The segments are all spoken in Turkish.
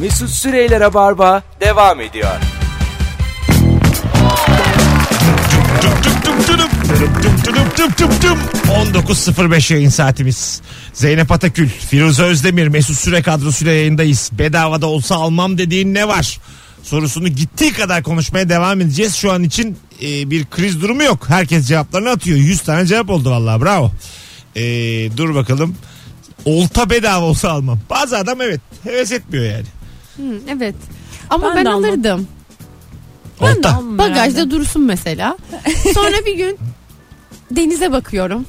Mesut Süreyler'e barba devam ediyor. Tüm tüm tüm tüm tüm tüm tüm tüm. 19.05 yayın saatimiz. Zeynep Atakül, Firuze Özdemir, Mesut Süre kadrosuyla yayındayız. Bedavada olsa almam dediğin ne var? Sorusunu gittiği kadar konuşmaya devam edeceğiz. Şu an için e, bir kriz durumu yok. Herkes cevaplarını atıyor. 100 tane cevap oldu vallahi bravo. E, dur bakalım. Olta bedava olsa almam. Bazı adam evet heves etmiyor yani. Hı, Evet. Ama Ben ben, de almam. alırdım. Olta. Bagajda dursun mesela. Sonra bir gün denize bakıyorum.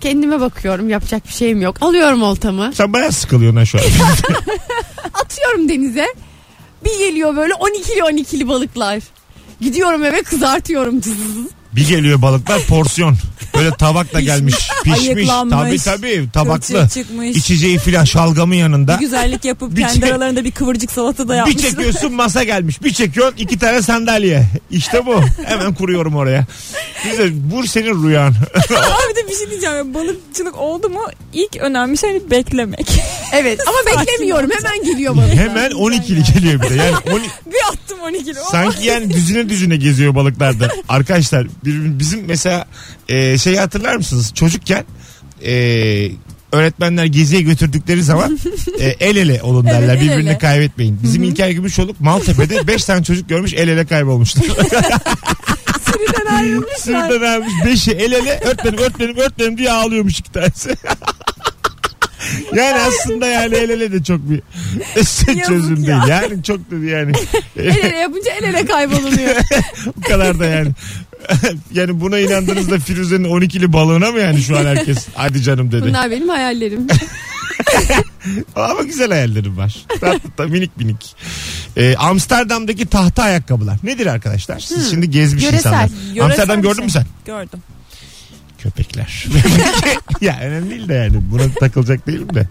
Kendime bakıyorum. Yapacak bir şeyim yok. Alıyorum oltamı. Sen bayağı sıkılıyorsun ha şu an. Atıyorum denize. Bir geliyor böyle 12'li 12'li balıklar. Gidiyorum eve kızartıyorum. Cızız. Bir geliyor balıklar porsiyon. Böyle tabakla gelmiş. Pişmiş. Tabii Ayıklanmış. tabii Tabaklı. tabaklı. çıkmış. İçeceği filan şalgamın Bir yanında. güzellik yapıp Bir kendi çek- aralarında bir kıvırcık salata da Bir yapmışlar. çekiyorsun masa gelmiş. Bir çekiyorsun iki tane sandalye. İşte bu. Hemen kuruyorum oraya. Güzel. Bu senin rüyan. Abi de bir şey diyeceğim. ya, Balıkçılık oldu mu ilk önemli şey beklemek. Evet ama Sakin beklemiyorum. ol. Hemen geliyor balık. Hemen 12'li geliyor bir de. Yani 12 bir attım 12 kilo. Sanki yani düzüne düzüne geziyor balıklarda. Arkadaşlar bir- bizim mesela e, şeyi hatırlar mısınız? Çocukken e, öğretmenler geziye götürdükleri zaman e, el ele olun derler. Evet, el Birbirini ele. kaybetmeyin. Bizim İlker Gümüşoluk Maltepe'de 5 tane çocuk görmüş el ele kaybolmuşlar. Sürüden ayrılmışlar. Sırada vermiş 5'i el ele örtmenim örtmenim örtmenim diye ağlıyormuş iki tanesi. Yani aslında yani el ele de çok bir çözüm ya. değil. Yani çok dedi yani. El ele yapınca el ele kaybolunuyor. Bu kadar da yani. yani buna inandığınızda Firuze'nin 12'li balığına mı yani şu an herkes? Hadi canım dedi. Bunlar benim hayallerim. Ama güzel hayallerim var. Tatlı da minik minik. Ee, Amsterdam'daki tahta ayakkabılar. Nedir arkadaşlar? Siz şimdi gezmiş Yöresel. insanlar. Hmm. Yöresel Amsterdam bir gördün şey. mü sen? Gördüm. Köpekler. ya önemli değil de yani. Buna takılacak değilim de.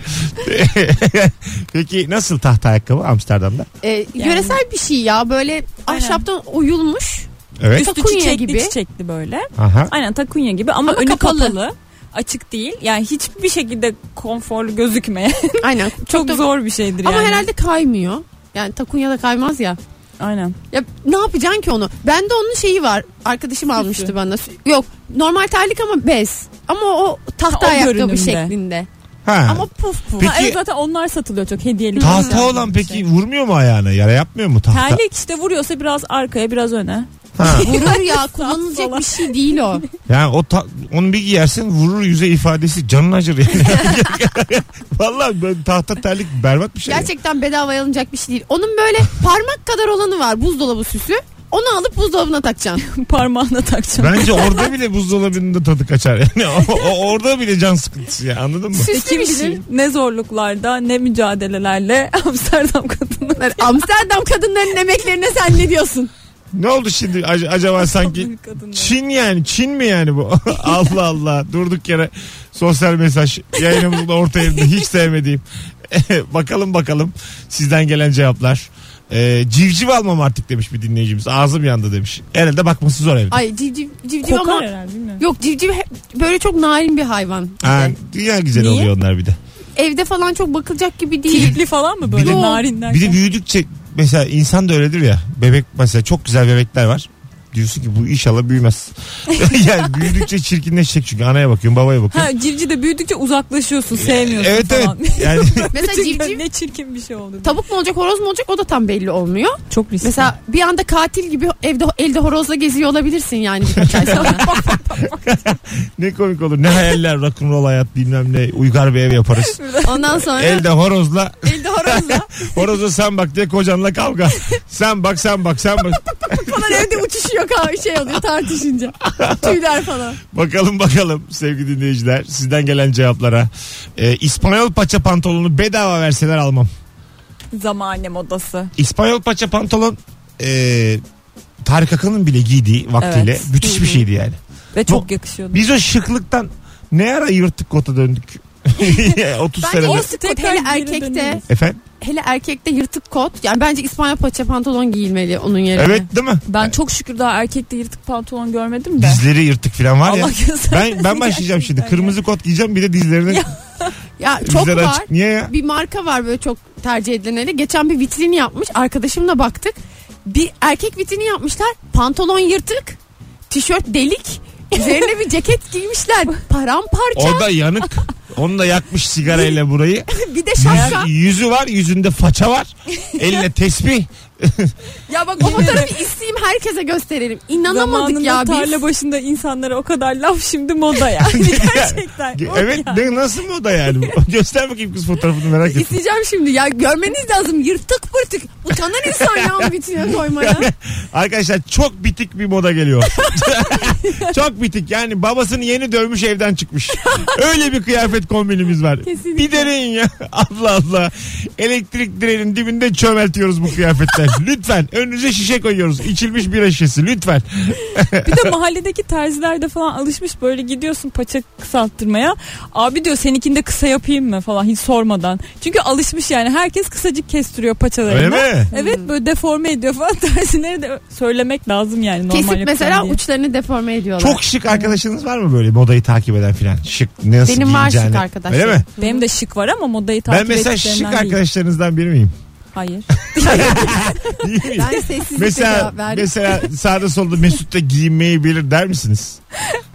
Peki nasıl tahta ayakkabı Amsterdam'da? Ee, Yöresel bir şey ya böyle ahşaptan oyulmuş. Evet. Üstü Takunya çiçekli gibi. çiçekli böyle. Aha. Aynen takunya gibi ama, Ama önü kapalı. kapalı. Açık değil. Yani hiçbir şekilde konforlu gözükmeye. Aynen. Çok da- zor bir şeydir Ama yani. herhalde kaymıyor. Yani takunya da kaymaz ya. Aynen. Ya ne yapacaksın ki onu? Bende onun şeyi var. Arkadaşım almıştı bana. Yok normal terlik ama bez. Ama o tahta Ha, o ayakkabı görünümde. şeklinde. Ha. Ama puf puf. Peki- Ha, evet zaten onlar satılıyor çok hediyelik. tahta olan peki vurmuyor mu ayağına? Yara yapmıyor mu tahta? Terlik işte vuruyorsa biraz arkaya biraz öne. Ha. Vurur ya kullanılacak sola. bir şey değil o. Yani o ta- onu bir giyersin vurur yüze ifadesi canın acır yani. Vallahi böyle tahta terlik berbat bir şey. Gerçekten bedavaya alınacak bir şey değil. Onun böyle parmak kadar olanı var buzdolabı süsü. Onu alıp buzdolabına takacaksın. Parmağına takacağım. Bence orada bile buzdolabının da tadı kaçar. Yani o- o- orada bile can sıkıntısı ya anladın mı? Ve Süslü kim bir bilir şey. ne zorluklarda ne mücadelelerle Amsterdam kadını Amsterdam kadınların emeklerine sen ne diyorsun? Ne oldu şimdi Ac- acaba sanki kadını. Çin yani Çin mi yani bu? Allah Allah durduk yere sosyal mesaj yayınımızın orta yerinde hiç sevmediğim. bakalım bakalım sizden gelen cevaplar. Ee, civciv almam artık demiş bir dinleyicimiz. Ağzım yandı demiş. Herhalde bakması zor evde. Ay civciv, civciv Kokar ama herhalde bilmiyorum. Yok civciv he- böyle çok narin bir hayvan. Ha, dünya güzeli Niye? oluyor onlar bir de. Evde falan çok bakılacak gibi değil. Kilitli falan mı böyle Bir de- narinden? Bir de büyüdükçe mesela insan da öyledir ya. Bebek mesela çok güzel bebekler var. Diyorsun ki bu inşallah büyümez. yani büyüdükçe çirkinleşecek çünkü anaya bakıyorsun babaya bakıyorsun. Ha civci de büyüdükçe uzaklaşıyorsun sevmiyorsun evet falan. evet. Yani Mesela Bütün civciv ne çirkin bir şey oldu. tavuk mu olacak horoz mu olacak o da tam belli olmuyor. Çok riskli. Mesela bir anda katil gibi evde elde horozla geziyor olabilirsin yani birkaç ay sonra. ne komik olur. Ne hayaller rock'n'roll hayat bilmem ne. Uygar bir ev yaparız. Ondan sonra Elde horozla elde horozla horoza sen bak diye kocanla kavga. Sen bak sen bak sen bak. falan evde uçuşuyor kav- şey oluyor tartışınca. Tüyler falan. Bakalım bakalım sevgili dinleyiciler sizden gelen cevaplara. Ee, İspanyol paça pantolonu bedava verseler almam. Zamane modası. İspanyol paça pantolon e, Tarık Akın'ın bile giydiği vaktiyle Evet. müthiş bir şeydi yani. Ve çok yakışıyordu. Biz o şıklıktan ne ara yırtık kota döndük. 30 Bence senede. o Olsun, kot tekrar hele geri erkekte döneriz. Efendim? hele erkekte yırtık kot. Yani bence İspanyol paça pantolon giyilmeli onun yerine. Evet değil mi? Ben çok şükür daha erkekte yırtık pantolon görmedim de. Dizleri yırtık falan var ya. Allah göstermesin Ben ben başlayacağım şimdi. gerçekten Kırmızı kot giyeceğim bir de dizlerine Ya çok Bizler var. açık. Niye ya? Bir marka var böyle çok tercih edilenleri. Geçen bir vitrini yapmış. Arkadaşımla baktık. Bir erkek vitrini yapmışlar. Pantolon yırtık. Tişört delik. Üzerine bir ceket giymişler. Paramparça. Orada yanık. Onu da yakmış sigarayla burayı. bir de şapka. Yüz- yüzü var yüzünde faça var. Eline tesbih. Ya bak o fotoğrafı isteyeyim herkese gösterelim. İnanamadık Zamanında ya biz. tarla başında insanlara o kadar laf şimdi moda yani. Gerçekten. O evet ya. ne, nasıl moda yani? bu? Göster bakayım kız fotoğrafını merak ettim. İsteyeceğim şimdi ya görmeniz lazım yırtık pırtık utanan insan ya bu vitrine koymaya. Arkadaşlar çok bitik bir moda geliyor. çok bitik yani babasını yeni dövmüş evden çıkmış. Öyle bir kıyafet kombinimiz var. Kesinlikle. Bir deneyin ya. Allah Allah. Elektrik direğinin dibinde çömeltiyoruz bu kıyafetler. lütfen. Önünüze şişe koyuyoruz. İçilmiş bir şişesi lütfen. Bir de mahalledeki terziler de falan alışmış böyle gidiyorsun paça kısalttırmaya. Abi diyor seninkini de kısa yapayım mı falan hiç sormadan. Çünkü alışmış yani herkes kısacık kestiriyor paçalarını. Öyle mi? Evet böyle deforme ediyor falan terzilere de söylemek lazım yani normal Kesip yapacağım mesela diye. uçlarını deforme ediyorlar. Çok şık arkadaşınız var mı böyle modayı takip eden filan? Şık nasıl Benim var şık giyineceğini? arkadaşlarım. Öyle mi? Benim de şık var ama modayı takip Ben mesela şık ettiklerinden değil. arkadaşlarınızdan biri miyim? Hayır. Değil miyim? Ben sessizlikle Mesela cevap verdim. mesela sağda solda Mesut da giyinmeyi bilir der misiniz?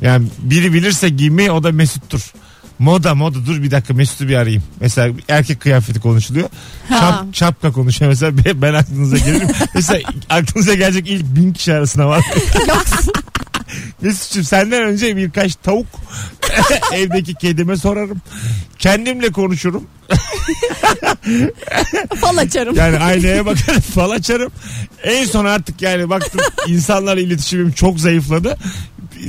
Yani biri bilirse giyinmeyi o da Mesut'tur. Moda moda dur bir dakika Mesut'u bir arayayım. Mesela erkek kıyafeti konuşuluyor. Ha. Çap, çapka konuşuyor mesela ben, ben aklınıza gelirim. mesela aklınıza gelecek ilk bin kişi arasına var. Mesut'cum senden önce birkaç tavuk evdeki kedime sorarım. Kendimle konuşurum. Fal açarım. Yani aynaya bakarım fal açarım. En son artık yani baktım insanlarla iletişimim çok zayıfladı.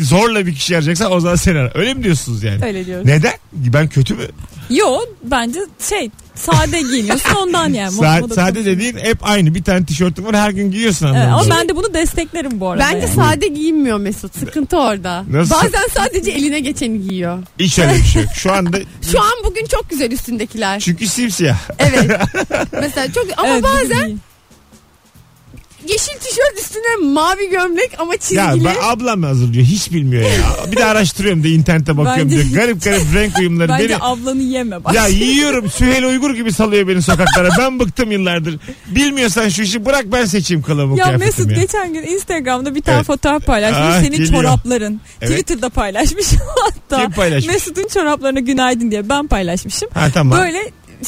Zorla bir kişi arayacaksan o zaman seni ara. Öyle mi diyorsunuz yani? Öyle diyoruz. Neden? Ben kötü mü? Yo bence şey sade giyiniyorsun ondan yani. Sa- Moda sade konusunda. dediğin hep aynı. Bir tane tişörtüm var her gün giyiyorsun Evet, anlamında. ama ben de bunu desteklerim bu arada. Bence yani. sade giyinmiyor Mesut. Sıkıntı orada. Nasıl? Bazen sadece eline geçeni giyiyor. Hiç öyle bir şey yok. Şu anda Şu an bugün çok güzel üstündekiler. çünkü simsiyah. Evet. Mesela çok ama Evet, bazen bugün iyi. yeşil tişört üstüne mavi gömlek ama Ya çizgili. ben ablam mı hazırlıyor? Hiç bilmiyor ya. Bir de araştırıyorum da internete bakıyorum Bence- diye. Garip garip renk uyumları. Bence beni- ablanı yeme bak. Ya yiyorum Süheyl Uygur gibi salıyor beni sokaklara. Ben bıktım yıllardır. Bilmiyorsan şu işi bırak ben seçeyim kılığımı Ya kıyafetimi Mesut ya. geçen gün Instagram'da bir tane Evet. fotoğraf paylaşmış. Ah, senin geliyor. çorapların. Evet. Twitter'da paylaşmış hatta. Kim paylaşmış? Mesut'un çoraplarına günaydın diye ben paylaşmışım. Ha tamam. Böyle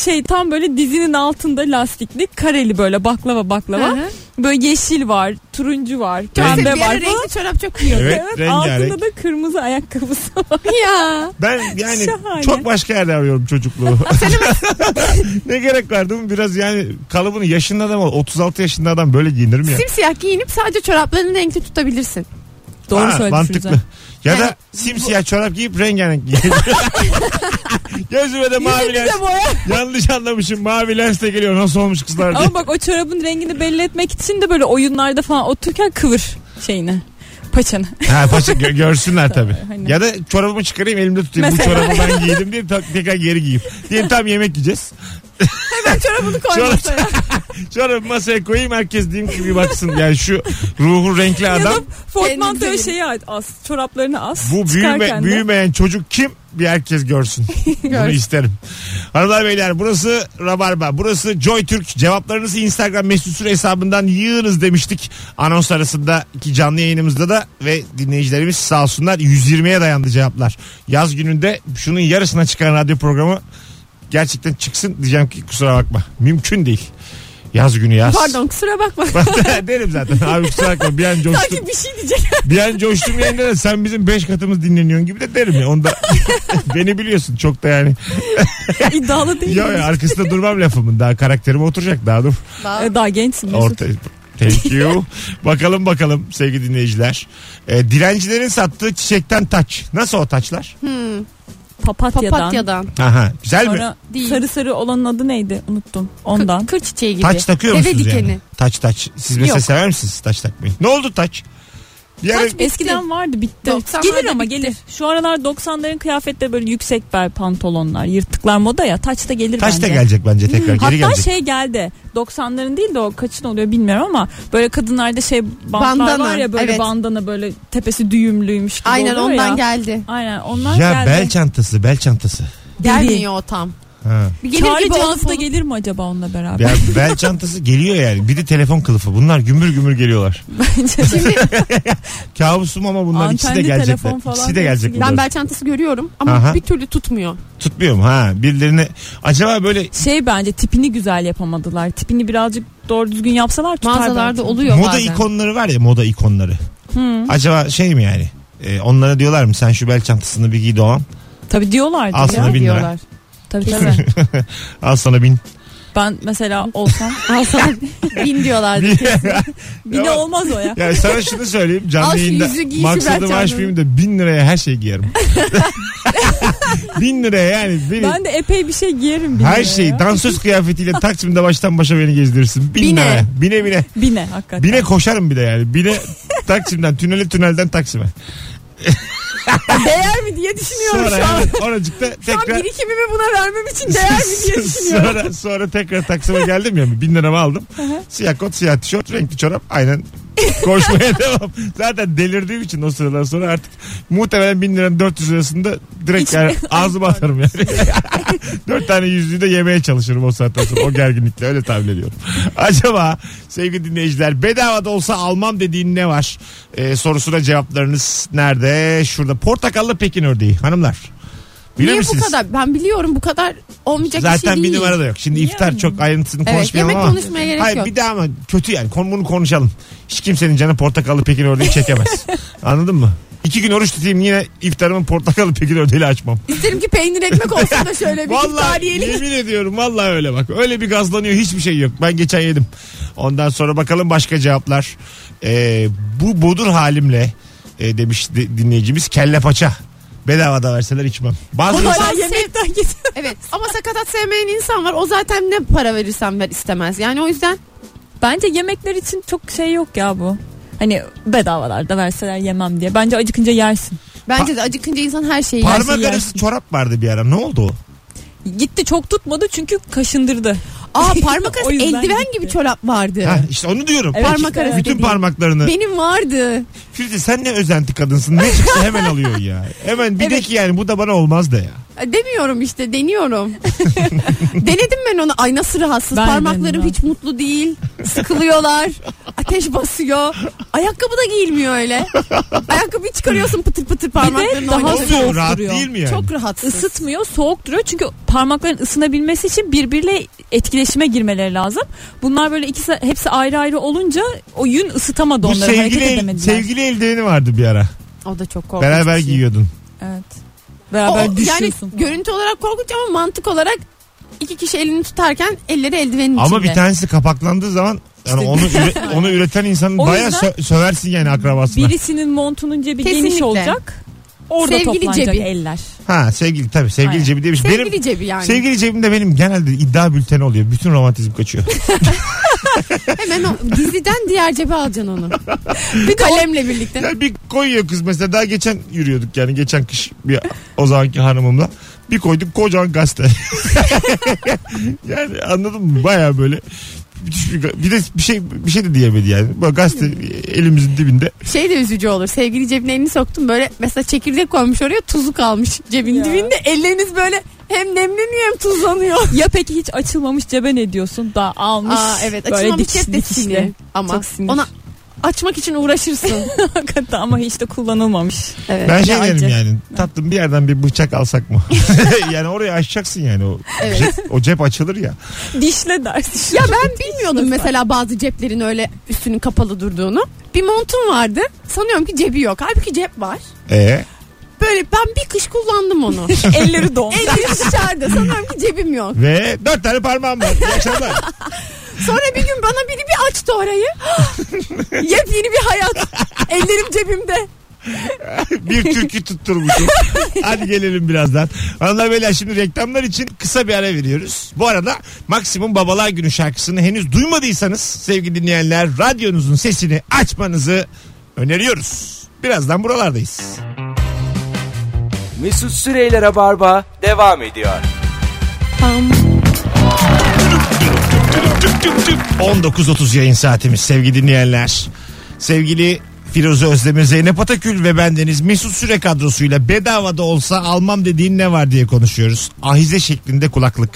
şey tam böyle dizinin altında lastikli kareli böyle baklava baklava. Hı hı. Böyle yeşil var, turuncu var, Çok sev- pembe bir ara var falan. renkli çorap çok iyi. Evet, rengarenk. altında da kırmızı ayakkabısı var. ya. Ben yani Şahane. çok başka yerde arıyorum çocukluğu. ne gerek var değil mi? Biraz yani kalıbını yaşında adam ol. 36 yaşında adam böyle giyinir mi ya? Simsiyah giyinip sadece çoraplarını renkli tutabilirsin. Doğru Ha, söyledin Mantıklı. Firuze. Ya Yani da simsiyah çorap giyip rengarenk giyin. Gözüme de mavi lens. Yüzünüze boya. Yanlış anlamışım. Mavi lens de geliyor. Nasıl olmuş kızlar diye. Ama bak o çorabın rengini belli etmek için de böyle oyunlarda falan otururken kıvır şeyini. Paçanı. Ha paça gö- görsünler tabii. aynen. Ya da çorabımı çıkarayım elimde tutayım. Bu Mesela. çorabı ben giydim diye ta- tekrar geri giyeyim. Diyelim tam yemek yiyeceğiz. Ben çorabını koymasa ya. Çorabı masaya koyayım herkes diyeyim ki bir baksın. Yani şu ruhu renkli Ya da adam. portmantoya Kendinize şeyi as. Çoraplarını as. Bu büyüme, Çıkarken de. büyümeyen çocuk kim? Bir herkes görsün. Bunu Görsün. isterim. Hanımlar beyler burası Rabarba. Burası Joy Türk. Cevaplarınızı Instagram mesut süre hesabından yığınız demiştik. Anons arasındaki canlı yayınımızda da ve dinleyicilerimiz sağ olsunlar 120'ye dayandı cevaplar. Yaz gününde şunun yarısına çıkan radyo programı gerçekten çıksın diyeceğim ki kusura bakma. Mümkün değil. Yaz günü yaz. Pardon kusura bakma. Derim zaten. Abi kusura bakma bir an coştum. Sanki bir şey diyecek. Bir an coştum yayında da sen bizim 5 katımız dinleniyorsun gibi de derim ya. Onda beni biliyorsun çok da yani. İddialı değil. Ya, ya arkasında durmam lafımın daha karakterime oturacak daha dur. Daha- Ee, Daha gençsin. Mesut. Orta. Thank you. bakalım bakalım sevgili dinleyiciler. Ee, dilencilerin sattığı çiçekten taç. Nasıl o taçlar? Papatyadan. Papatyadan. Aha, güzel mi? Sonra Değil. sarı sarı olanın adı neydi? Unuttum. Kır, Ondan. kır çiçeği gibi. Taç takıyor Deve musunuz dikeni. yani? Taç taç. Siz mesela Yok. sever misiniz taç takmayı? Ne oldu taç? Bir ara- Taç- Eskiden vardı bitti. 90'larda Gelir ama bitti. gelir. Şu aralar 90'ların kıyafetleri böyle yüksek bel pantolonlar, yırtıklar moda ya. Taç da gelir taç bence. da gelecek bence tekrar geri Hatta gelecek. şey geldi. 90'ların değil de o kaçın oluyor bilmiyorum ama böyle kadınlarda şey bantlar Bandana, var ya böyle evet. bandana böyle tepesi düğümlüymüş gibi Aynen oluyor ondan ya. geldi. Aynen ondan ya geldi. bel çantası bel çantası. Gelmiyor o tam. Ha. Bir Çağrı cihazı da gelir. gelir mi acaba onunla beraber? Ya bel çantası geliyor yani. Bir de telefon kılıfı. Bunlar gümür gümür geliyorlar. Kabusum ama bunlar ikisi de Antenli gelecekler. telefon falan İkisi de gelecek. hepsi bunlar. Ben bel çantası görüyorum ama Aha. bir türlü tutmuyor. Tutmuyorum ha. Birilerine acaba böyle Şey bence tipini güzel yapamadılar. Tipini birazcık doğru düzgün yapsalar tutar Mağazalarda belki. oluyor moda bazen. ikonları var ya moda ikonları. Hı. Acaba şey mi yani? Ee, onlara diyorlar mı sen şu bel çantasını bir giy Doğan. Tabii diyorlardı. Aslında ya. bin lira. diyorlar. Tabii tabii. Al sana bin. ben mesela olsam Al sana bin diyorlardı. bine Ama- olmaz o ya. Yani sana şunu söyleyeyim Al canlı şu yayında yüzü giy, şu bel maksadım çantanı. aşmayayım da bin liraya her şey giyerim. bin liraya yani beni Ben de epey bir şey giyerim bine. her şey ya. dansöz kıyafetiyle Taksim'de baştan başa beni gezdirirsin. Bin Bine. liraya. Bine bine. Bine hakikaten. Bine koşarım bir de yani. Bine Taksim'den tüneli tünelden Taksim'e. değer mi diye düşünüyorum Sonra şu an. yani oracıkta Tam tekrar birikimimi buna vermem için değer mi diye düşünüyorum. sonra, sonra tekrar Taksim'e geldim ya bin liramı aldım. siyah kot siyah tişört renkli çorap aynen koşmaya devam. Zaten delirdiğim için o sıradan sonra artık muhtemelen bin liranın 400 lirasında direkt yani ağzıma atarım yani. Dört tane yüzlüğü de yemeye çalışırım o saatten sonra o gerginlikle öyle tahmin ediyorum. Acaba sevgili dinleyiciler bedava da olsa almam dediğin ne var? Ee, sorusuna cevaplarınız nerede? Şurada portakallı Pekin ördeği hanımlar. Bilir Niye misiniz? bu kadar? Ben biliyorum bu kadar olmayacak bir şey Zaten değil. bir numara da yok. Şimdi Yani. iftar çok ayrıntısını Evet konuşmayalım yemek ama. konuşmaya gerek Hayır yok. bir daha ama kötü yani. Konu bunu konuşalım. Hiç kimsenin canı portakallı pekin ördeği çekemez. Anladın mı? İki gün oruç tutayım yine iftarımın portakallı pekin ördeğiyle açmam. İsterim ki peynir ekmek olsun da şöyle bir Vallahi iftariyelik. yemin ediyorum vallahi öyle bak. Öyle bir gazlanıyor hiçbir şey yok. Ben geçen yedim. Ondan sonra bakalım başka cevaplar. Ee, bu bodur halimle e, demiş di- dinleyicimiz kelle paça. Bedava da verseler içmem. Bazı Bunu Hala Ben yemekten git. Evet ama sakatat sevmeyen insan var. O zaten ne para verirsen ver istemez. Yani o yüzden Bence yemekler için çok şey yok ya bu. Hani bedavalarda verseler yemem diye. Bence acıkınca yersin. bence de acıkınca insan her şeyi yer. parmak yersin. arası çorap vardı bir ara. Ne oldu o? Gitti çok tutmadı çünkü kaşındırdı. Aa parmak O arası yüzden eldiven gitti. gibi çorap vardı. Ha, işte onu diyorum. Evet, parmak işte. arası Bütün dediğin. parmaklarını. Benim vardı. Firuze sen ne özenti kadınsın. Ne çıksa hemen alıyorsun ya. Hemen bir de ki yani bu da bana olmaz da ya. Demiyorum işte deniyorum. Denedim ben onu. Ay nasıl rahatsız. Ben Parmaklarım denedim, hiç mutlu değil. Sıkılıyorlar. Ateş basıyor. Ayakkabı da giyilmiyor öyle. Ayakkabıyı çıkarıyorsun pıtır pıtır parmaklarını daha oynatıyorsun. Olmuyor soğuk rahat duruyor. değil mi yani? Çok rahatsız. Isıtmıyor, soğuk duruyor. Çünkü parmakların ısınabilmesi için birbiriyle etkileşime girmeleri lazım. Bunlar böyle ikisi hepsi ayrı ayrı olunca o yün ısıtamadı bu onları. sevgili, hareket el- edemediler. sevgili eldiveni vardı bir ara. O da çok korkunç. Beraber bir şey. giyiyordun. Evet. O- o- Beraber yani düşüyorsun. görüntü olarak korkunç ama mantık olarak iki kişi elini tutarken elleri eldivenin içinde. Ama bir tanesi kapaklandığı zaman yani İşte- onu üre- onu üreten insanın O bayağı yüzden- sö- söversin yani akrabasına. Birisinin montunun cebi geniş Kesinlikle. olacak. Orada Sevgili toplanacak cebi. eller. Ha sevgili tabii sevgili Aynen. cebi demiş. Sevgili benim cebi yani. sevgili cebimde benim genelde iddia bülteni oluyor. Bütün romantizm kaçıyor. Hemen o gizliden diğer cebe alacaksın onu. bir kalemle birlikte. Ya bir koyuyor kız mesela daha geçen yürüyorduk yani geçen kış bir o zamanki hanımımla. Bir koyduk kocaman gazete. yani anladın mı? Baya böyle müthiş bir, bir de bir şey bir şey de diyemedi yani. Bak gazete elimizin dibinde. Şey de üzücü olur. Sevgili cebine elini soktun böyle mesela çekirdek koymuş oraya tuzu kalmış cebin Ya. dibinde. Elleriniz böyle hem nemleniyor hem tuzlanıyor. Ya peki hiç açılmamış cebe ne diyorsun? Daha almış. Aa evet böyle açılmamış dikiş cep de dikişli. sinir. Ama Çok sinir. ona açmak için uğraşırsın. Hakikaten ama hiç de kullanılmamış. evet. Ben şey ya derim acı. yani tatlım bir yerden bir bıçak alsak mı? yani oraya açacaksın yani o, Evet. cep, o cep açılır ya. Dişle dersin. Ya ben bilmiyordum mesela bazı ceplerin öyle üstünün kapalı durduğunu. Bir montum vardı. Sanıyorum ki cebi yok. Halbuki cep var. E Böyle ben bir kış kullandım onu. elleri don. Elleri dışarıda. Sanıyorum ki cebim yok. ve dört tane parmağım var. İyi akşamlar. Sonra bir gün bana biri bir açtı orayı. Yepyeni bir hayat. Ellerim cebimde. bir türkü tutturmuşum. Hadi gelelim birazdan. Hanımlar beyler şimdi reklamlar için kısa bir ara veriyoruz. Bu arada Maksimum Babalar Günü şarkısını henüz duymadıysanız sevgili dinleyenler radyonuzun sesini açmanızı öneriyoruz. Birazdan buralardayız. Mesut Süreyler'e barba devam ediyor. 19.30 yayın saatimiz sevgili dinleyenler. Sevgili Firuze Özdemir, Zeynep Atakül ve bendeniz Mesut Süre kadrosuyla bedava da olsa almam dediğin ne var diye konuşuyoruz. Ahize şeklinde kulaklık.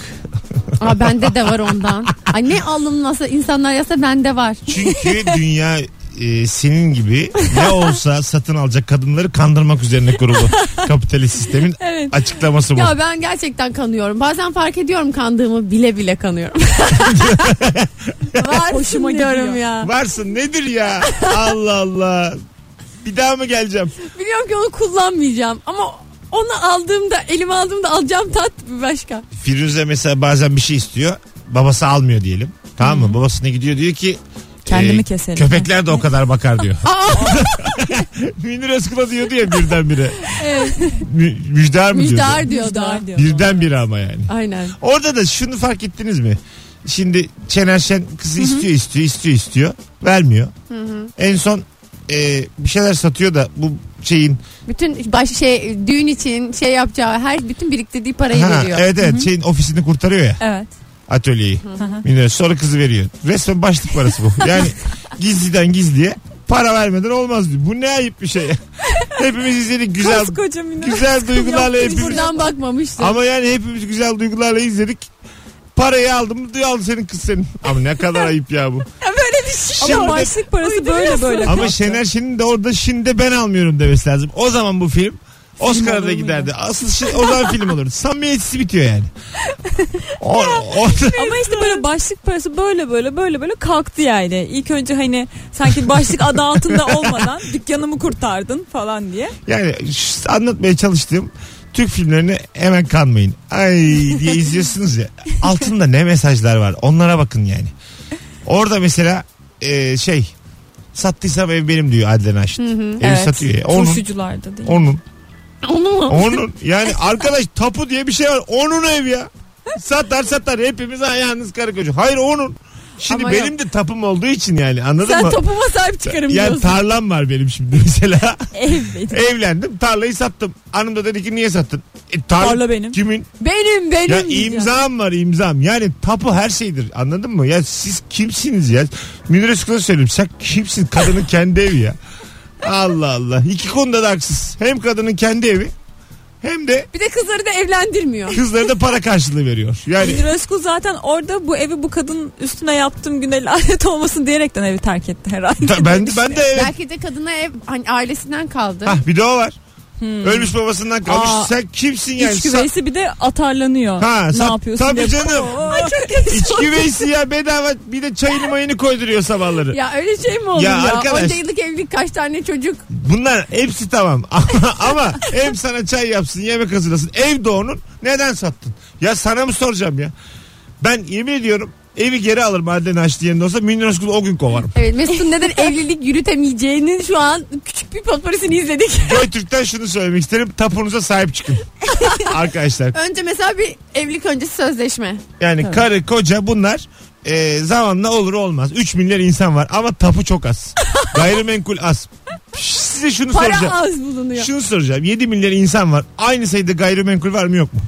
Aa, bende de var ondan. Ay ne alınmasa insanlar yazsa bende var. Çünkü dünya e, senin gibi ne olsa satın alacak kadınları kandırmak üzerine kurulu kapitalist sistemin Evet. açıklaması bu. Ya ben gerçekten kanıyorum. Bazen fark ediyorum kandığımı bile bile kanıyorum. Varsın Hoşuma diyorum gidiyor. ya. Varsın nedir ya? Allah Allah. Bir daha mı geleceğim? Biliyorum ki onu kullanmayacağım ama onu aldığımda elime aldığımda alacağım tat bir başka. Firuze mesela bazen bir şey istiyor. Babası almıyor diyelim. Tamam mı? Babasına gidiyor diyor ki e, Kendimi keselim. Köpekler de o kadar bakar diyor. Münir Özkul'a diyordu ya birdenbire. Mü- müjdar mı diyordu? Müjdar diyor da. Müjdar diyor. Birdenbire ama yani. Aynen. Orada da şunu fark ettiniz mi? Şimdi Çener Şen kızı istiyor istiyor istiyor istiyor. Vermiyor. En son e, bir şeyler satıyor da bu şeyin Bütün baş şey düğün için şey yapacağı her bütün biriktirdiği parayı Ha, veriyor. evet evet şeyin ofisini kurtarıyor ya Evet. atölyeyi. Yine sonra kızı veriyor. Resmen başlık parası bu. Yani gizliden gizliye para vermeden olmaz diyor. Bu ne ayıp bir şey. ya. hepimiz izledik güzel Koskoca minnet. güzel duygularla Hiç hepimiz buradan bakmamıştım. ama yani hepimiz güzel duygularla izledik. Parayı aldım diyor aldı senin kız senin. Ama ne kadar ayıp ya bu. Böyle bir şey. Şimdi- Ama başlık parası böyle böyle. Ama şey- kalktı. Şener Şen'in de orada şimdi de ben almıyorum demesi lazım. O zaman bu film Oscar'a olur da mu giderdi. Asıl şey o zaman film olur. Samimiyetsiz bitiyor yani. O, orada- Ama işte böyle başlık parası böyle böyle böyle böyle kalktı yani. İlk önce hani sanki başlık adı altında olmadan dükkanımı kurtardın falan diye. Yani şu- anlatmaya çalıştığım Türk filmlerini hemen kanmayın. Ay diye izliyorsunuz ya. Altında ne mesajlar var onlara bakın yani. Orada mesela e, şey sattıysam ev benim diyor Adile Naşit. Evi satıyor ya. Onun, Turşucularda değil. onun, Onu mu? onun. Yani arkadaş tapu diye bir şey var. Onun ev ya. Satar satar hepimiz ayağınız karı koca. Hayır onun. Şimdi Ama benim de tapum olduğu için yani anladın Sen mı? topuma sahip çıkarım yani diyorsun. tarlam var benim şimdi mesela. evet. Evlendim tarlayı sattım. Hanım da dedi ki niye sattın? E, tar- Tarla benim. Kimin? Benim benim. Ya diyeceğim. imzam var imzam. Yani tapu her şeydir anladın mı? Ya siz kimsiniz ya? Münir Özkul'a söyleyeyim sen kimsin? Kadının kendi evi ya. Allah Allah. İki konuda da haksız. Hem kadının kendi evi hem de Bir de kızları da evlendirmiyor. kızlara da para karşılığı veriyor. Yani Münir Özkul zaten orada bu evi bu kadın üstüne yaptığım güne lanet olmasın diyerekten evi terk etti herhalde. ta- ben, ben de evet. Belki de kadına ev hani ailesinden kaldı. Hah, bir de o var. Ölmüş babasından kalmış. Aa, sen kimsin yani? İç güveysi bir de atarlanıyor. Ha, ne sat- yapıyorsun tabii diye. canım. Oo. İç güveysi ya bedava bir de çayını mayını koyduruyor sabahları. Ya öyle şey mi olur Ya ya? arkadaş. Onca yıllık evlilik kaç tane çocuk? Bunlar hepsi tamam. Ama hem sana çay yapsın, yemek hazırlasın. Ev de onun. Neden sattın? Ya sana mı soracağım ya? Ben yemin ediyorum evi geri alırım maden açtı yerinde olsa Münir Özkul'u o gün kovarım. Evet Mesut'un neden evlilik yürütemeyeceğinin şu an küçük bir potpourrisini izledik. Joy Türk'ten şunu söylemek isterim. Tapunuza sahip çıkın. Arkadaşlar. Önce mesela bir evlilik öncesi sözleşme. Yani karı koca bunlar e, zamanla olur olmaz. 3 milyar insan var ama tapu çok az. Gayrimenkul az. Size şunu Para soracağım. az bulunuyor. Şunu soracağım. 7 milyar insan var. Aynı sayıda gayrimenkul var mı yok mu?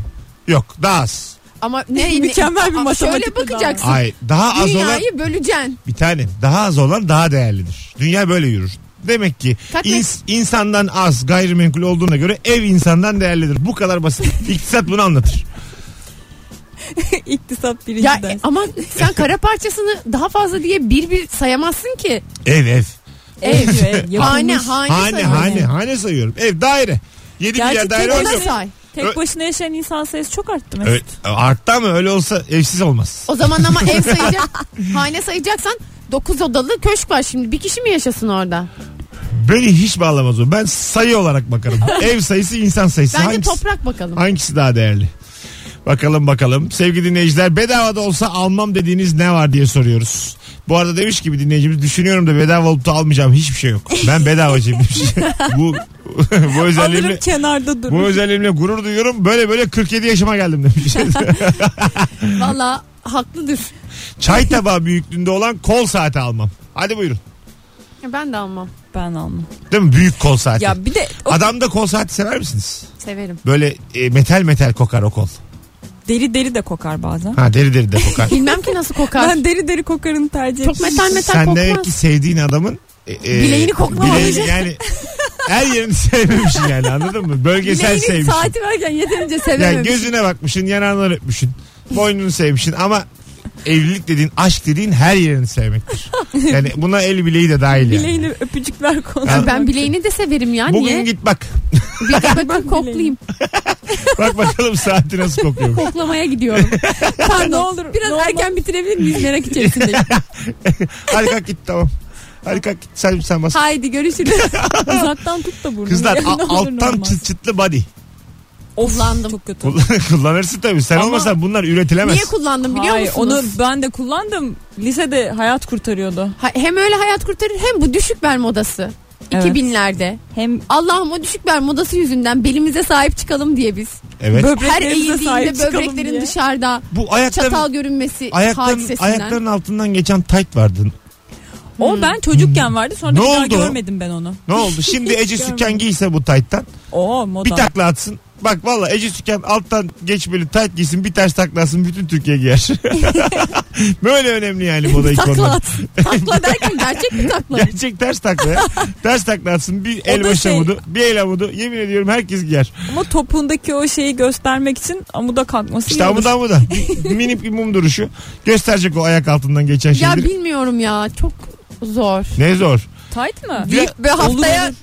Yok. Daha az. Ama ne Mükemmel bir Ama matematik bu Şöyle bakacaksın. Ay daha az olan Dünyayı böleceksin. bir tane daha az olan daha değerlidir. Dünya böyle yürür. Demek ki Kaç ins- insandan az gayrimenkul olduğuna göre ev insandan değerlidir. Bu kadar basit. İktisat bunu anlatır. İktisat birinci Ya e, ders. ama sen kara parçasını daha fazla diye bir bir sayamazsın ki. Ev ev. Ev, ev, Hane yapılmış. hane, Hane sayıyorsun. hane hane sayıyorum. Ev daire. 7 milyar Gerçekten daire öyle. var Ona mı? say. Ö- Tek başına yaşayan insan sayısı çok arttı Mesut. Evet. Arttı ama öyle olsa evsiz olmaz. O zaman ama ev sayacak, hane sayacaksan 9 odalı köşk var şimdi. Bir kişi mi yaşasın orada? Beni hiç bağlamaz o. Ben sayı olarak bakarım. Ev sayısı insan sayısı. Bence Hangisi- toprak bakalım. Hangisi daha değerli? Bakalım bakalım. Sevgili dinleyiciler bedava da olsa almam dediğiniz ne var diye soruyoruz. Bu arada demiş ki bir dinleyicimiz düşünüyorum da bedava olup da almayacağım hiçbir şey yok. Ben bedavacıyım demiş. bu, bu Alırım özelliğimle, kenarda bu durur. özelliğimle gurur duyuyorum. Böyle böyle 47 yaşıma geldim demiş. Valla haklıdır. Çay tabağı büyüklüğünde olan kol saati almam. Hadi buyurun. Ya Ben de almam. Ben almam. Değil mi? Büyük kol saati. Ya bir de o Adamda kol saati sever misiniz? Severim. Böyle e, metal metal kokar o kol. Deri deri de kokar bazen. Ha deri deri de kokar. Bilmem ki nasıl kokar. Ben deri deri kokarını tercih Çok ediyorum. metal metal Sen kokmaz. demek ki sevdiğin adamın e, e, Bileğini koklamamış. bileğini yani her yerini sevmemişsin yani anladın mı? Bölgesel Bileğinin sevmişsin. saati varken yeterince Ya sevememiş. gözüne bakmışsın, yanağından öpmüşsün, boynunu sevmişsin ama evlilik dediğin, aşk dediğin her yerini sevmektir. Yani buna el bileği de dahil yani. Bileğine öpücükler konur. Ya Ben bileğini de severim ya. Bugün Niye? git bak. Bir bakayım koklayayım. Bak bakalım saati nasıl kokuyormuş. Koklamaya gidiyorum. Pardon. Ne olur, Biraz ne olmaz. erken bitirebilir miyiz merak içerisindeyim. Hadi kalk git tamam. Hadi kalk git sen, sen bas. Haydi görüşürüz. Uzaktan tut da burnunu. Kızlar ya, a- ne olur, ne alttan olmaz. çıt çıtlı body. Kullandım. Çok kötü. Kullan- Kullanırsın tabii. Sen Ama- olmasan bunlar üretilemez. Niye kullandım biliyor Hayır, musunuz? onu ben de kullandım. Lisede hayat kurtarıyordu. Ha- Hem öyle hayat kurtarır hem bu düşük bel modası. Evet. 2000'lerde. Hem Allah'ım o düşük bel modası yüzünden belimize sahip çıkalım diye biz. Evet. Her böbreklerimize eğildiğinde sahip çıkalım böbreklerin diye. dışarıda Bu ayakların, çatal görünmesi ayakların, hadisesinden. ayakların altından geçen tayt vardı. Hmm. O ben çocukken vardı sonra Hmm. Ne bir daha oldu? görmedim ben onu. Ne oldu? Şimdi Ece Görmedim. Süken giyse bu tayttan Oo moda. bir takla atsın. Bak valla Ece Süken alttan geçmeli tayt giysin bir ters takla atsın bütün Türkiye giyer. Böyle önemli yani moda Takla ikonları. at. Takla derken gerçek bir takla. Gerçek ters takla ya. ters takla atsın bir el da baş şey- amudu bir el amudu yemin ediyorum herkes giyer. Ama topundaki o şeyi göstermek için amuda kalkması İşte iyi olur. amudu amudu. Bir- Minik bir mum duruşu. Gösterecek o ayak altından geçen ya şeyleri. bilmiyorum ya çok zor. Ne zor. Tight mı? Bir- Bir, bir haftaya olur.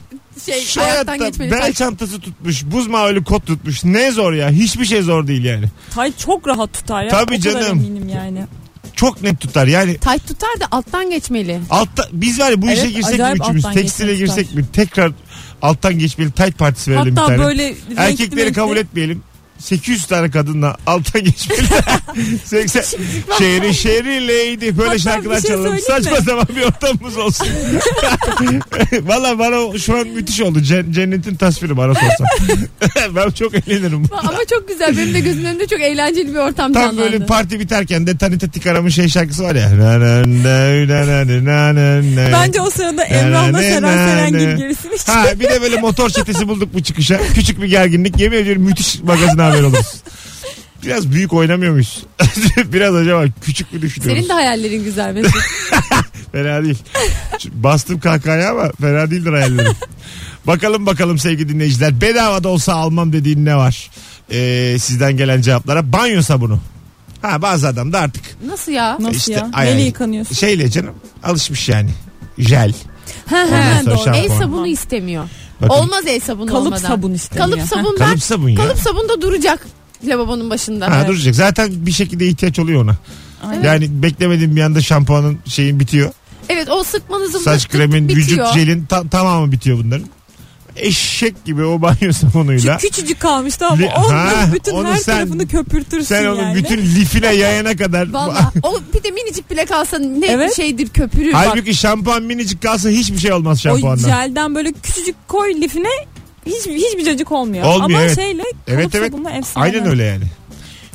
şey Şu hayattan hayatta geçmeli. bel çantası tutmuş, buz mavili kot tutmuş. Ne zor ya. Hiçbir şey zor değil yani. Tight çok rahat tutar ya. Tabii O kadar canım. eminim yani. Çok net tutar yani. Tayt tutar da alttan geçmeli. Altta biz var ya bu Evet, işe girsek mi acayip üçümüz? alttan Tekstile geçmek girsek mi? Tekrar alttan geçmeli tight partisi verelim bir Hatta tane. böyle renkli Erkekleri renkli- kabul etmeyelim. 800 tane kadınla alttan geçmeli. 80 şehri şehri lady böyle Hatta şarkılar bir şey çalalım. söyleyeyim Saçma mi? sapan bir ortamımız olsun. Valla bana o- şu an müthiş oldu. Cen- cennetin tasviri bana sorsan. ben çok eğlenirim. Ama çok güzel. Benim de gözümün önünde çok eğlenceli bir ortam Tam canlandı. böyle parti biterken de Tanita Tikaram'ın şey şarkısı var ya. Na na na na na na na na. Bence o sırada Ne, Emrah'la ne, Seren ne, Seren ne. gibi gerisini hiç Ha bir de böyle motor çetesi bulduk bu çıkışa. Küçük bir gerginlik. Yemin ediyorum müthiş magazin haber oluruz. Biraz büyük oynamıyor muyuz? Biraz acaba küçük mü düşünüyoruz? Senin de hayallerin güzel Mesut. Fena değil. Şu- Bastım kahkahaya ama fena değildir hayallerim. bakalım bakalım sevgili dinleyiciler. Bedava da olsa almam dediğin ne var? Ee, sizden gelen cevaplara. Banyo sabunu. Ha bazı adam da artık Nasıl ya? Nasıl İşte ya? ay- Neyle ay. yıkanıyorsun? şeyle canım alışmış yani. Jel. Ha, sonra doğru. şampuan. El sabunu istemiyor. Bakın, Olmaz el sabunu Kalıp olmadan. sabun istemiyor. Kalıp sabun ben. kalıp sabun ya. Kalıp sabun da duracak lavabonun başında. Ha, duracak. Zaten bir şekilde ihtiyaç oluyor ona. Aynen. Yani beklemediğin bir anda şampuanın şeyin bitiyor. Evet o sıkmanızın Saç tık tık kremin, vücut şey- bitiyor. jelin ta- tamamı bitiyor bunların. Eşek gibi o banyo Şu sabunuyla. küçücük kalmış tamam mı? Le- Onu Ha, bütün onu her sen- tarafını köpürtürsün Sen onun yani. bütün lifine yayana kadar. Valla o bir de minicik bile kalsa ne Evet. şeydir köpürür. Bak, Halbuki şampuan minicik kalsa hiçbir şey olmaz o şampuandan. jelden böyle küçücük koy lifine hiç, hiçbir cacık olmuyor. Olmuyor, Ama evet. şeyle kalıp Evet, evet. sabunla efsane. Aynen öyle yani.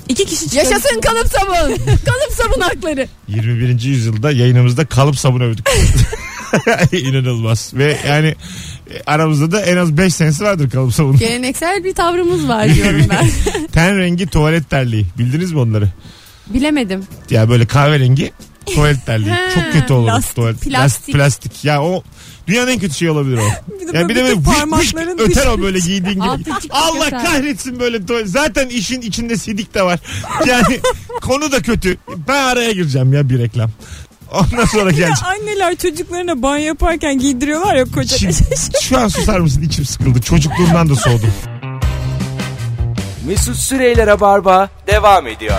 İki kişi çıkarıp- yaşasın kalıp sabun. kalıp sabun hakları. 21. yüzyılda yayınımızda kalıp sabun övdük. İnanılmaz. Ve yani e, aramızda da en az 5 senesi vardır kalıp sabun. Geleneksel bir tavrımız var diyorum ben. Ten rengi tuvalet terliği. Bildiniz mi onları? Bilemedim. Ya böyle kahverengi tuvalet terliği. Ha, Çok kötü olur. plastik, tuvalet, plastik. plastik. plastik. Ya o dünyanın en kötü şeyi olabilir o. Bir de Ya bir de böyle bütün vış vış parmakların öter dışı- o böyle giydiğin Altı gibi. çıkacak Allah öter. kahretsin böyle tuvalet. Zaten işin içinde sidik de var. Yani konu da kötü. Ben araya gireceğim ya bir reklam. Ondan sonra geleceğim. Anneler çocuklarına banyo yaparken giydiriyorlar ya koca. Şimdi, şu an susar mısın? İçim sıkıldı. Çocukluğumdan da soğudum. Mesut Süreyler'e barba devam ediyor.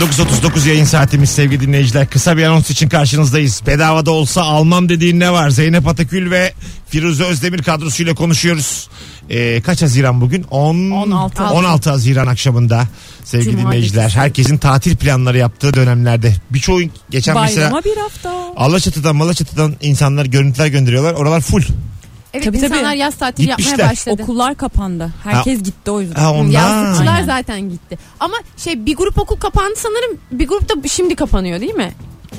Dup dup dup. 19.39 yayın saatimiz sevgili dinleyiciler. Kısa bir anons için karşınızdayız. Bedavada olsa almam dediğin ne var? Zeynep Atakül ve Firuze Özdemir kadrosuyla konuşuyoruz. Ee, kaç Haziran bugün? 10, 16. 16 Haziran akşamında sevgili Cumartesi. dinleyiciler. Herkesin tatil planları yaptığı dönemlerde. Birçoğu geçen mesela Bayrama bir hafta. Alaçatı'dan Malaçatı'dan insanlar görüntüler gönderiyorlar. Oralar full. Evet Tabii, insanlar tabii. yaz tatili yapmaya Gitmişler. başladı. Okullar kapandı. Herkes gitti o yüzden. Ha, ondan. Yazlıkçılar Aynen. zaten gitti. Ama şey bir grup okul kapandı sanırım. Bir grup da şimdi kapanıyor değil mi?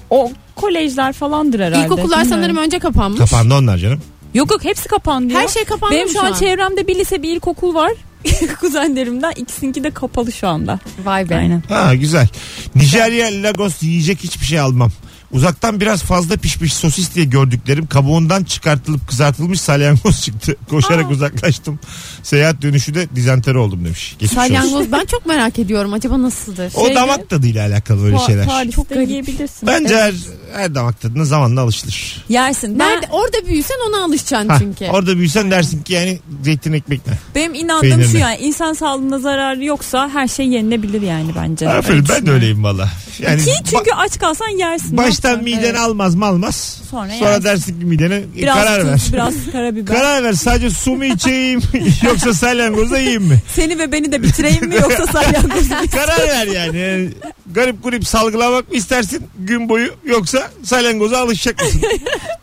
O kolejler falandır herhalde. İlkokullar Bilmiyorum. sanırım önce kapanmış. Kapandı onlar canım. Yok yok hepsi kapandı ya. Her şey kapandı Benim mı şu an, çevremde bir lise bir ilkokul var. Kuzenlerimden ikisinki de kapalı şu anda. Vay be. Aynen. Ha güzel. Nijerya Lagos yiyecek hiçbir şey almam. Uzaktan biraz fazla pişmiş sosis diye gördüklerim kabuğundan çıkartılıp kızartılmış salyangoz çıktı. Koşarak uzaklaştım. Seyahat dönüşü de dizanteri oldum demiş. Geçmiş olsun. Salyangoz ben çok merak ediyorum acaba nasıldır? Şey, O Şeyde- damak tadıyla alakalı öyle Pa- şeyler. Paris'te Çok garip. yiyebilirsin. Bence Evet. her, her damak tadına zamanla alışılır. Yersin. Ben, Nerede orada büyüsen ona alışacaksın Ha, çünkü. orada büyüsen dersin ki yani zeytin ekmekle. benim inandığım Peynirli. şu yani insan sağlığına zararı yoksa her şey yenilebilir yani bence. Aferin ben de düşünüyorum. öyleyim valla. Yani Ki ba- çünkü aç kalsan yersin. baştan Yapsan, miden evet. almaz mı almaz. Sonra, Sonra yersin. dersin ki midene e, Biraz karar ver. tuz, biraz karabiber. Karar ver sadece su mu içeyim yoksa salyangoz da yiyeyim mi? Seni ve beni de bitireyim mi yoksa salyangoz mu? Karar ver yani. Yani garip grup salgılamak mı istersin gün boyu yoksa salyangoza alışacak mısın?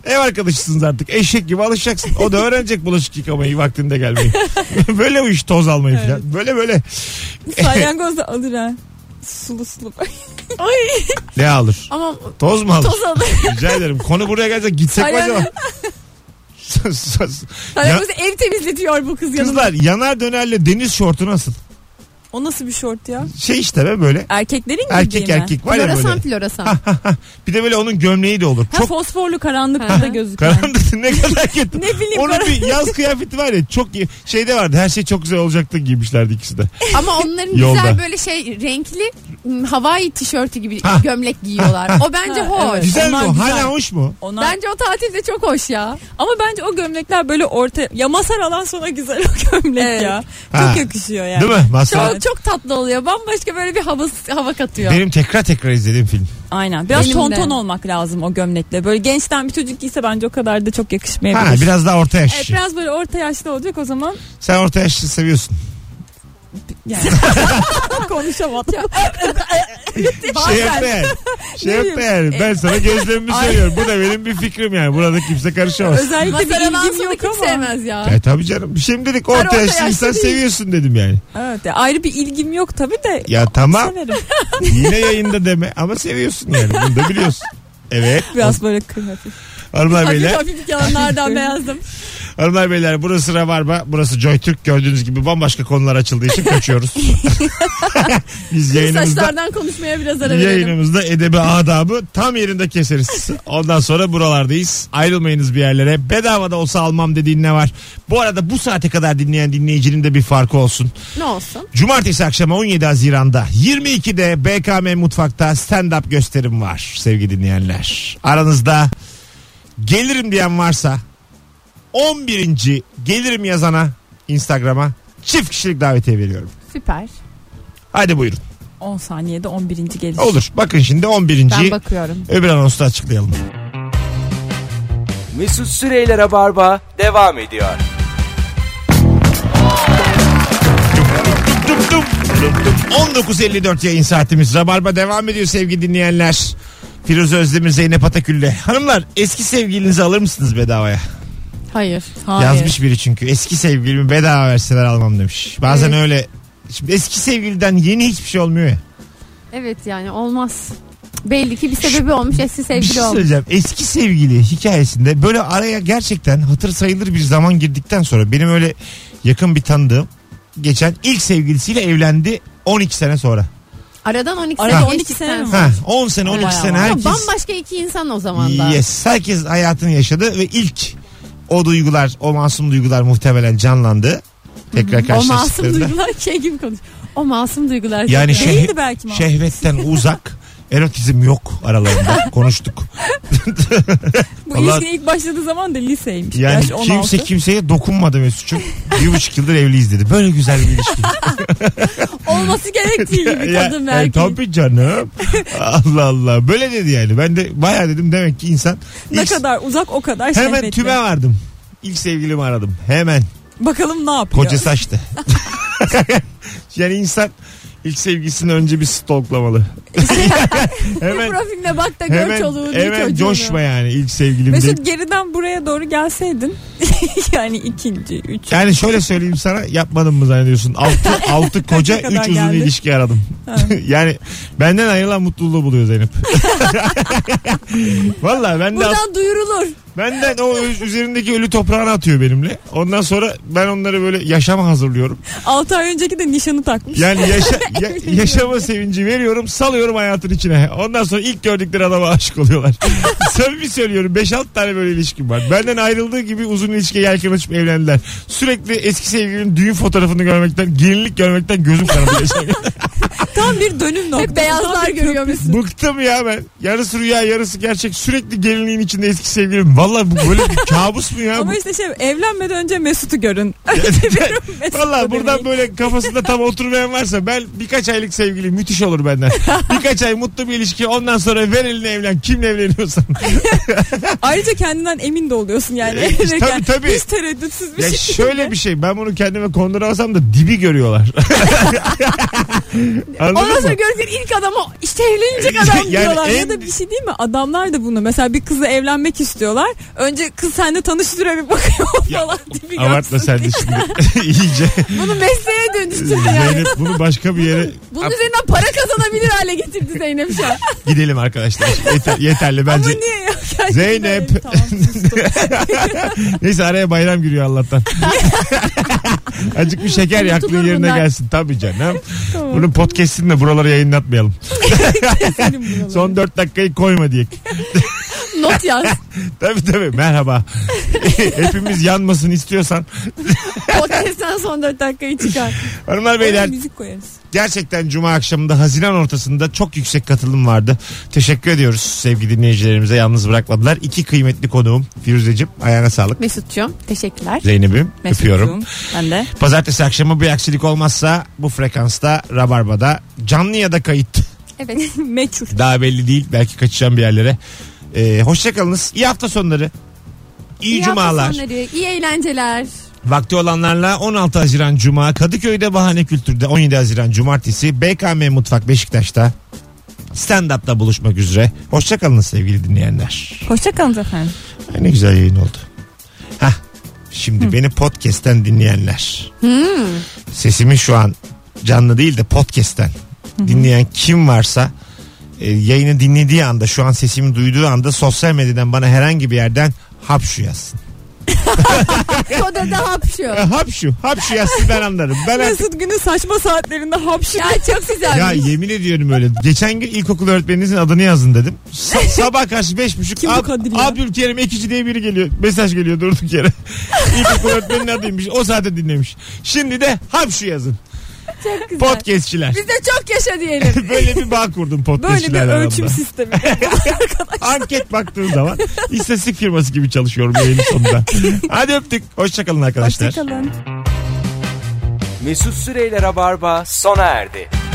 Ev arkadaşısınız artık eşek gibi alışacaksın. O da öğrenecek bulaşık yıkamayı vaktinde gelmeyi. böyle bu iş toz almayı falan. Böyle böyle. Salyangoz da alır ha. Sulu sulu. Ne alır? Ama Toz mu alır? toz alır. Rica ederim. Konu buraya gelecek gitsek mi acaba? Salyangoz, Ya- salyangoz ev temizletiyor bu kız yanında. Kızlar yanar dönerle deniz şortu nasıl? O nasıl bir şort ya? Şey işte be böyle. Erkeklerin giydiği Erkek mi? erkek var ya böyle. Floresan floresan. Bir de böyle onun gömleği de olur. Ha, Çok fosforlu karanlıkta da gözüken. karanlık ne kadar kötü. ne bileyim Onun karan- bir yaz kıyafeti var ya çok iyi- şeyde vardı her şey çok güzel olacaktı giymişlerdi ikisi de. Ama onların Yolda. güzel böyle şey renkli m, Hawaii tişörtü gibi Ha. gömlek giyiyorlar. O bence Ha, hoş. evet. Güzel mi Onlar o? güzel. Hala hoş mu? Onlar... Bence o tatilde çok hoş ya. Ama bence o gömlekler böyle orta... Ya masar alan sonra güzel o gömlek Evet. ya. Ha. Çok yakışıyor yani. Değil mi? Çok Masal. Evet. çok tatlı oluyor. Bambaşka böyle bir hava hava katıyor. Benim tekrar tekrar izlediğim film. Aynen. Biraz Benim tonton de. olmak lazım o gömlekle. Böyle gençten bir çocuk giyse bence o kadar da çok yakışmayabilir. Ha, biraz daha orta Evet, yaş. biraz böyle orta yaşlı olacak o zaman Sen orta yaşlı seviyorsun. yani. konuşamadım. Şey yapma yani. Şey Ne yapma yani. Ben sana gözlemimi söylüyorum. Bu da benim bir fikrim yani. Burada kimse karışamaz. Özellikle bir Masaradan ilgim sonra yok kim ama. sevmez ya. Ya tabii canım. Bir şey mi dedik? Orta, orta yaşlı yaşlı insan değil. seviyorsun dedim yani. Evet ya ayrı bir ilgim yok tabii de. Ya tamam. Severim. Yine yayında deme ama seviyorsun yani. Bunu da biliyorsun. Evet. Biraz böyle kırmızı. Hanımlar Hafif beyler. hafif yalanlardan beyazdım. Hanımlar beyler burası Rabarba. Burası JoyTürk. Gördüğünüz gibi bambaşka konular açıldığı için kaçıyoruz. Biz yayınımızda Saçlardan konuşmaya biraz ara verelim. yayınımızda edebi adabı tam yerinde keseriz. Ondan sonra buralardayız. Ayrılmayınız bir yerlere. Bedava da olsa almam dediğin ne var? Bu arada bu saate kadar dinleyen dinleyicinin de bir farkı olsun. Ne olsun? Cumartesi akşamı 17 Haziran'da 22'de BKM Mutfak'ta stand-up gösterim var sevgili dinleyenler. Aranızda gelirim diyen varsa 11. gelirim yazana Instagram'a çift kişilik davetiye veriyorum. Süper. Hadi buyurun. 10 saniyede 11. gelir. Olur. Bakın şimdi 11. Ben bakıyorum. öbür anonsu da açıklayalım. Mesut Süreyler'e barba devam ediyor. Dup dup dup dup. 19.54 yayın saatimiz. Rabarba devam ediyor sevgili dinleyenler. Firuze Özdemir, Zeynep Atakül'le. Hanımlar eski sevgilinizi alır mısınız bedavaya? Hayır. Hayır. Yazmış biri çünkü. Eski sevgilimi bedava verseler almam demiş. Bazen öyle. Şimdi eski sevgiliden yeni hiçbir şey olmuyor ya. Evet yani olmaz. Belli ki bir sebebi olmuş eski Bir şey sevgili olmuş. söyleyeceğim. Eski sevgili hikayesinde böyle araya gerçekten hatır sayılır bir zaman girdikten sonra benim öyle yakın bir tanıdığım geçen ilk sevgilisiyle evlendi 12 sene sonra. Aradan 12 Arada sene 12 geçtikten sene mi? sonra. Ha, 10 sene 12 Bayağı sene var. Ama herkes. bambaşka iki insan o zaman da. Yes. Herkes hayatını yaşadı ve ilk o duygular, o masum duygular muhtemelen canlandı. Tekrar O masum karşılaştıklarında. duygular şey gibi konuş. O masum duygular. şey Yani gibi. şey- Değildi belki mi? Şehvetten uzak. Erotizm yok aralarında konuştuk. Bu Allah- ilişkinin ilk başladığı zaman da liseymiş. Yani Yaş 16. kimse kimseye dokunmadı Mesut'cum. bir buçuk yıldır evliyiz dedi. Böyle güzel bir ilişki. Olması gerektiği gibi Ya, e, kadın ve erkeğin. tabii canım. Allah Allah. Böyle dedi yani. Ben de bayağı dedim demek ki insan. Ne ilk- kadar uzak o kadar Hemen şehvetli. tüme vardım. İlk sevgilimi aradım. Hemen. Bakalım ne yapıyor. Koca saçtı. yani insan ilk sevgisini önce bir stalklamalı. hemen Profiline bak da gör hemen, çoluğunu hemen çocuğunu. coşma yani ilk sevgilim de- Mesut geriden buraya doğru gelseydin yani ikinci, üçüncü. Yani şöyle söyleyeyim sana yapmadım mı zannediyorsun? Altı, altı koca kadar üç uzun geldi? ilişki aradım. yani benden ayrılan mutluluğu buluyor Zeynep. Valla ben de, Buradan duyurulur. Benden o üz- üzerindeki ölü toprağını atıyor benimle. Ondan sonra ben onları böyle yaşama hazırlıyorum. 6 ay önceki de nişanı takmış. Yani yaşa, ya- yaşama sevinci veriyorum salıyorum hayatın içine. Ondan sonra ilk gördükleri adama aşık oluyorlar. Samimi söylüyorum 5-6 tane böyle ilişkim var. Benden ayrıldığı gibi uzun ilişkiye yelken açıp evlendiler. Sürekli eski sevgilinin düğün fotoğrafını görmekten, gelinlik görmekten gözüm kanadı. yaşarken. Tam bir dönüm noktası. Hep beyazlar Tam bir görüyormuşsun. Bıktım ya ben. Yarısı rüya yarısı gerçek. Sürekli gelinliğin içinde eski sevgilim. Valla bu böyle bir kabus mu ya? Ama işte şey evlenmeden önce Mesut'u görün. Mesut Valla bu buradan demeyi. böyle kafasında tam oturmayan varsa ben birkaç aylık sevgili müthiş olur benden. Birkaç ay mutlu bir ilişki ondan sonra ver elini evlen. Kimle evleniyorsan. Ayrıca kendinden emin de oluyorsun yani. E, işte tabii, Yani tabii. Hiç tereddütsüz bir ya şekilde. şöyle bir şey ben bunu kendime konduramazsam da dibi görüyorlar. Anladın Ondan mı? sonra gördüğün ilk adamı işte evlenecek adam. adam Yani diyorlar. en- Ya da bir şey değil mi? Adamlar da bunu. Mesela bir kızla evlenmek istiyorlar. Önce kız seninle tanıştırıyor bir bakıyor Ya, falan diye bir Abartma görsün sen de diye. şimdi. İyice. Bunu mesleğe dönüştürdü yani. Zeynep bunu başka bir yere Bunun üzerinden para kazanabilir hale getirdi Zeynep şu an. gidelim arkadaşlar. Yeter- yeterli bence. Ama niye ya? Kendine Zeynep. böyle, tamam, sustum. Neyse araya bayram giriyor Allah'tan. Azıcık bir şeker yaklığı Unutulur yerine bunlar. gelsin. Tabii canım. Tamam. Bunun podcast'ini de buralara yayınlatmayalım. Senin buraları. Son 4 dakikayı koyma diye. Not yaz. Tabii tabii merhaba. Hepimiz yanmasın istiyorsan. Podcast'ten son 4 dakikayı çıkar. Hanımlar Oraya beyler müzik koyarız. gerçekten cuma akşamında Haziran ortasında çok yüksek katılım vardı. Teşekkür ediyoruz sevgili dinleyicilerimize yalnız bırakmadılar. İki kıymetli konuğum Firuzeciğim ayağına sağlık. Mesut'cum teşekkürler. Zeynep'im öpüyorum. Mesut'um, Ben de. Pazartesi akşamı bir aksilik olmazsa bu frekansta Rabarba'da canlı ya da kayıt Evet. Meçhul. daha belli değil. Belki kaçacağım bir yerlere. Ee, Hoşçakalınız. İyi hafta sonları. İyi, hafta cumalar. sonları, iyi eğlenceler. Vakti olanlarla 16 Haziran Cuma Kadıköy'de Bahane Kültür'de 17 Haziran Cumartesi BKM Mutfak Beşiktaş'ta stand-up'ta buluşmak üzere. Hoşçakalın sevgili dinleyenler. Hoşçakalın efendim. Ay ne güzel yayın oldu. Hah, şimdi beni podcast'ten dinleyenler. Sesimi şu an canlı değil de podcast'ten dinleyen kim varsa e, yayını dinlediği anda şu an sesimi duyduğu anda sosyal medyadan bana herhangi bir yerden hapşu yazsın. Kodada hapşu. E, hapşu, hapşu yazsın ben anlarım. Ben artık Mesut günün saçma saatlerinde hapşırıyor. Ya çok güzel. Ya yemin ediyorum öyle. Geçen gün ilkokul öğretmeninizin adını yazın dedim. Sa- sabah karşı beş buçuk. Kim bu Kadir ya? Abdülkerim Ekici diye biri geliyor. Mesaj geliyor durduk yere. ilkokul öğretmeninin adıymış. O saate dinlemiş. Şimdi de hapşu yazın. Çok güzel. Podcastçiler. Biz de çok yaşa diyelim. Böyle bir bağ kurdum Böyle bir podcastçilerle ölçüm şey aramda. sistemi. Anket baktığım zaman istatistik firması gibi çalışıyorum yayın sonunda. Hadi öptük. Hoşçakalın arkadaşlar. Hoşçakalın. Mesut Süreyler'e barba sona erdi.